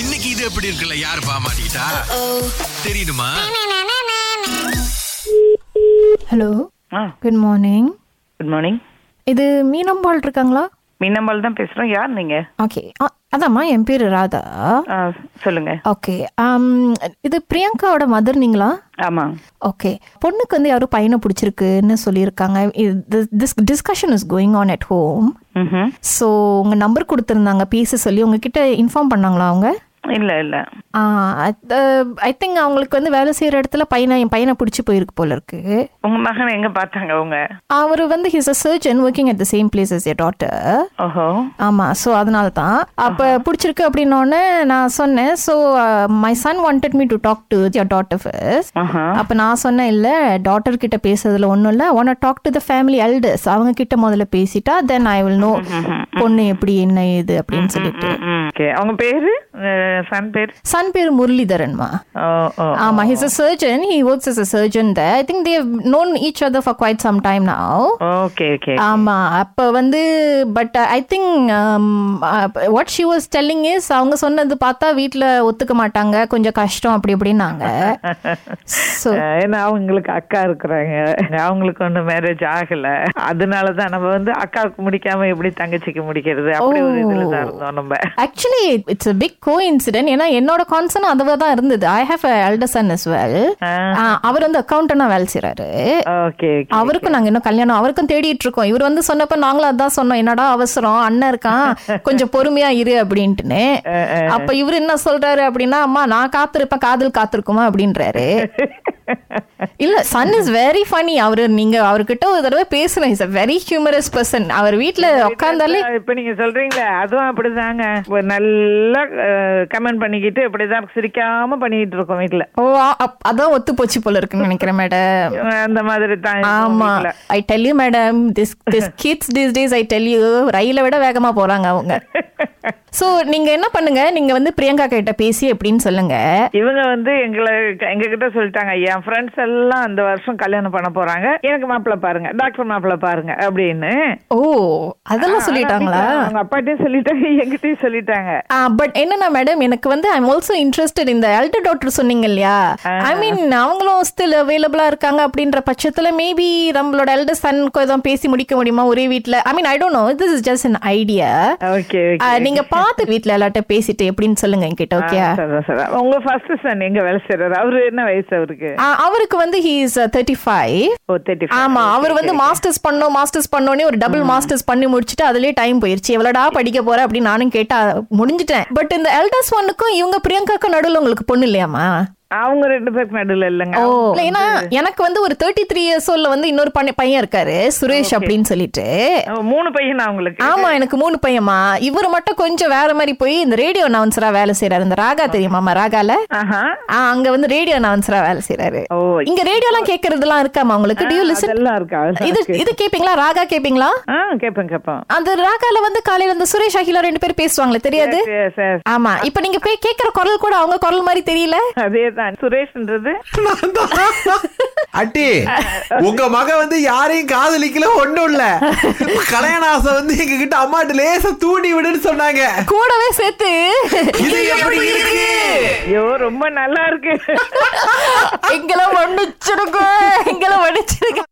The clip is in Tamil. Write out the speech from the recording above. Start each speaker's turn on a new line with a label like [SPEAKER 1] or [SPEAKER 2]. [SPEAKER 1] இன்னைக்கு இது எப்படி இருக்குல்ல யார் பாமாட்டா தெரியுமா
[SPEAKER 2] ஹலோ
[SPEAKER 3] ஆ
[SPEAKER 2] குட் மார்னிங்
[SPEAKER 3] குட் மார்னிங்
[SPEAKER 2] இது மீனம்பாள் இருக்காங்களா
[SPEAKER 3] மீனம்பால் தான் பேசுகிறோம் யார் நீங்கள்
[SPEAKER 2] ஓகே அதாம்மா என் பேர் ராதா
[SPEAKER 3] ஆ சொல்லுங்கள்
[SPEAKER 2] ஓகே ஆம், இது பிரியங்காவோட மதர் நீங்களா
[SPEAKER 3] ஆமாம்
[SPEAKER 2] ஓகே பொண்ணுக்கு வந்து யாரும் பையனை பிடிச்சிருக்குன்னு சொல்லியிருக்காங்க this discussion is going on at home
[SPEAKER 3] ம்
[SPEAKER 2] ஸோ உங்கள் நம்பர் கொடுத்துருந்தாங்க பேச சொல்லி உங்ககிட்ட இன்ஃபார்ம் பண்ணாங்களா அவங்க
[SPEAKER 3] இல்லை இல்லை
[SPEAKER 2] ஐ திங்க் அவங்களுக்கு வந்து வேலை செய்கிற இடத்துல பையனை என் பையனை பிடிச்சி போயிருக்கு போல இருக்கு
[SPEAKER 3] உங்கள் மகன் எங்கே பார்த்தாங்க அவங்க
[SPEAKER 2] அவர் வந்து his a surgeon working at the same place as a daughter
[SPEAKER 3] ஓஹோ
[SPEAKER 2] ஆமா ஸோ அதனால தான் அப்போ பிடிச்சிருக்கு அப்படின்னோடனே நான் சொன்னேன் so my son wanted me to talk to your daughter first
[SPEAKER 3] ஆஹா
[SPEAKER 2] அப்போ நான் சொன்னேன் இல்லை டாட்டர் கிட்ட பேசுறதுல ஒன்றும் இல்லை one talk to the family elders அவங்க கிட்ட முதல்ல பேசிட்டா தென் ஐ வில் நோ பொண்ணு எப்படி என்ன ஏது அப்படின்னு சொல்லிட்டு
[SPEAKER 3] ஓகே அவங்க பேர் சன் பேர்
[SPEAKER 2] சன் பேர் முரளிதரன்மா
[SPEAKER 3] ஓ ஓ
[SPEAKER 2] ஆமா his a surgeon he works as a surgeon there i think they have known each other for quite some time now
[SPEAKER 3] okay okay
[SPEAKER 2] ஆமா அப்ப வந்து but I think uh, what she was telling is அவங்க சொன்னது பார்த்தா வீட்ல ஒத்துக்க மாட்டாங்க கொஞ்சம் கஷ்டம் அப்படி இப்படின்னாங்க ஸோ
[SPEAKER 3] ஏன்னா அவங்களுக்கு அக்கா இருக்கிறாங்க அவங்களுக்கு ஒன்றும் மேரேஜ் ஆகல அதனால தான் நம்ம வந்து அக்காவுக்கு முடிக்காம எப்படி தங்கச்சிக்கு முடிக்கிறது அப்படி ஒரு இதில் தான் இருந்தோம் நம்ம
[SPEAKER 2] actually it's a big go incident ஏன்னா என்னோட கான்சர்ன் அதுவாக தான் இருந்தது I have elder son as well அவர் வந்து அக்கௌண்டண்டாக வேலை செய்கிறாரு
[SPEAKER 3] ஓகே ஓகே
[SPEAKER 2] அவருக்கும் நாங்க இன்னும் கல்யாணம் அவருக்கும் தேடிட்டு இருக்கோம் இவர் வந்து சொன்னப்ப நாங்களும் அதான் சொன்னோம் என்னடா அவசரம் அண்ணன் இருக்கான் கொஞ்சம் பொறுமையா இரு அப்படின்ட்டுன்னு அப்ப இவர் என்ன சொல்றாரு அப்படின்னா அம்மா நான் காத்திருப்பேன் காதல் காத்திருக்குமா அப்படின்றாரு இல்ல சன் இஸ் வெரி ஃபனி அவரு நீங்க அவர்கிட்ட ஒரு தடவை பேசணும் is a very humorous person அவர் வீட்ல உட்காந்தாலே
[SPEAKER 3] இப்ப நீங்க சொல்றீங்களே அதுவும் அப்படிதாங்க ஒரு நல்லா கமெண்ட் பண்ணிக்கிட்டு இப்படிதான் சிரிக்காம பண்ணிட்டு இருக்கோம் வீட்டுல
[SPEAKER 2] ஓ அ- அப்- அதான் ஒத்து போச்சு போல இருக்குன்னு நினைக்கிறேன் மேடம்
[SPEAKER 3] அந்த மாதிரி தான் இருக்கோம்
[SPEAKER 2] ஆமா
[SPEAKER 3] வீட்டுல.
[SPEAKER 2] I tell you madam this this kids this days I tell you ரயில விட வேகமா போறாங்க அவங்க சோ நீங்க என்ன பண்ணுங்க நீங்க வந்து பிரியங்கா கிட்ட பேசி எப்படின்னு சொல்லுங்க
[SPEAKER 3] இவங்க வந்து எங்களை எங்க கிட்ட சொல்லிட்டாங்க என் ஃப்ரெண்ட்ஸ் எல்லாம் அந்த வருஷம் கல்யாணம் பண்ண போறாங்க எனக்கு மாப்பிள்ளை பாருங்க டாக்டர் மாப்பிள்ளை பாருங்க அப்படின்னு
[SPEAKER 2] ஓ அதெல்லாம் சொல்லிட்டாங்களா
[SPEAKER 3] அவங்க அப்பாட்டையும் சொல்லிட்டாங்க என்கிட்டயும் சொல்லிட்டாங்க
[SPEAKER 2] பட் என்னன்னா மேடம் எனக்கு வந்து ஐம் ஆல்சோ இன்ட்ரெஸ்டட் இந்த எல்டர் டாக்டர் சொன்னீங்க இல்லையா ஐ மீன் அவங்களும் ஸ்டில் அவைலபிளா இருக்காங்க அப்படின்ற பட்சத்துல மேபி நம்மளோட எல்டர் சனுக்கு எதுவும் பேசி முடிக்க முடியுமா ஒரே வீட்ல I mean I don't know this is just an idea
[SPEAKER 3] okay
[SPEAKER 2] நீங்க பார்த்து வீட்ல எல்லார்ட்ட பேசிட்டு எப்படின்னு சொல்லுங்க என்கிட்ட ஓகே
[SPEAKER 3] ஓகே உங்க ஃபர்ஸ்ட் சன் எங்க வேலை செய்யறாரு அவரு என்ன வயசு அவருக்கு
[SPEAKER 2] ஆ, அவருக்கு வந்து he is thirty five
[SPEAKER 3] O thirty
[SPEAKER 2] ஆமா அவர் வந்து மாஸ்டர்ஸ் பண்ணோம் மாஸ்டர்ஸ் பண்ணோனே ஒரு டபுள் மாஸ்டர்ஸ் பண்ணி முடிச்சுட்டு அதுலயே டைம் போயிருச்சு எவ்வளோடா படிக்க போற அப்படின்னு நானும் கேட்டா முடிஞ்சிட்டேன் பட் இந்த எல்டர்ஸ் ஒன்னுக்கும் இவங்க பிரியங்காக்கும் நடுவுல உங்களுக்கு பொண்ணு இல்லையாமா
[SPEAKER 3] அவங்க ரெண்டு பேருக்கு நடுவுல இல்லைங்க
[SPEAKER 2] ஓ இல்ல, ஏன்னா எனக்கு வந்து ஒரு தேர்ட்டி த்ரீ இயர்ஸ் ஓல்ல வந்து இன்னொரு பண்ண- பையன் இருக்காரு சுரேஷ் அப்படின்னு சொல்லிட்டு
[SPEAKER 3] ஓ, மூணு பையனா அவங்களுக்கு
[SPEAKER 2] ஆமா எனக்கு மூணு பையன்மா இவர் மட்டும் கொஞ்சம் வேற மாதிரி போய் இந்த ரேடியோ அனௌன்சரா வேலை செய்யறாரு இந்த ராகா தெரியுமாமா ராகால
[SPEAKER 3] ஆஹா
[SPEAKER 2] ஆ, அங்க வந்து ரேடியோ அனௌன்சரா வேலை செய்யறாரு
[SPEAKER 3] ஓ
[SPEAKER 2] இங்க ரேடியோலாம் கேக்குறதுலாம் இருக்காமா உங்களுக்கு டியூ லிசன்
[SPEAKER 3] அதெல்லாம் இருக்கா
[SPEAKER 2] இது இது கேப்பீங்களா ராகா கேப்பீங்களா
[SPEAKER 3] ஆ கேப்பேன் கேப்பேன்
[SPEAKER 2] அந்த ராகால வந்து காலையில இந்த சுரேஷ் அகிலா ரெண்டு பேரும் பேசுவாங்களே தெரியாது
[SPEAKER 3] Yes, yes.
[SPEAKER 2] ஆமா இப்ப நீங்க போய் கேக்குற குரல் கூட அவங்க குரல் மாதிரி தெரியல
[SPEAKER 3] அதேதான் சுரேஷ்ன்றது
[SPEAKER 1] அட்டி உங்க மகன் வந்து யாரையும் காதலிக்கல ஒண்ணும் இல்ல கல்யாண ஆசை வந்து எங்க கிட்ட அம்மாட்டு லேசா தூண்டி விடுன்னு சொன்னாங்க
[SPEAKER 2] கூடவே சேர்த்து
[SPEAKER 1] இது எப்படி இருக்கு
[SPEAKER 3] ஐயோ ரொம்ப நல்லா இருக்கு
[SPEAKER 2] எங்களை மன்னிச்சிருங்க எங்களை மன்னிச்சிருங்க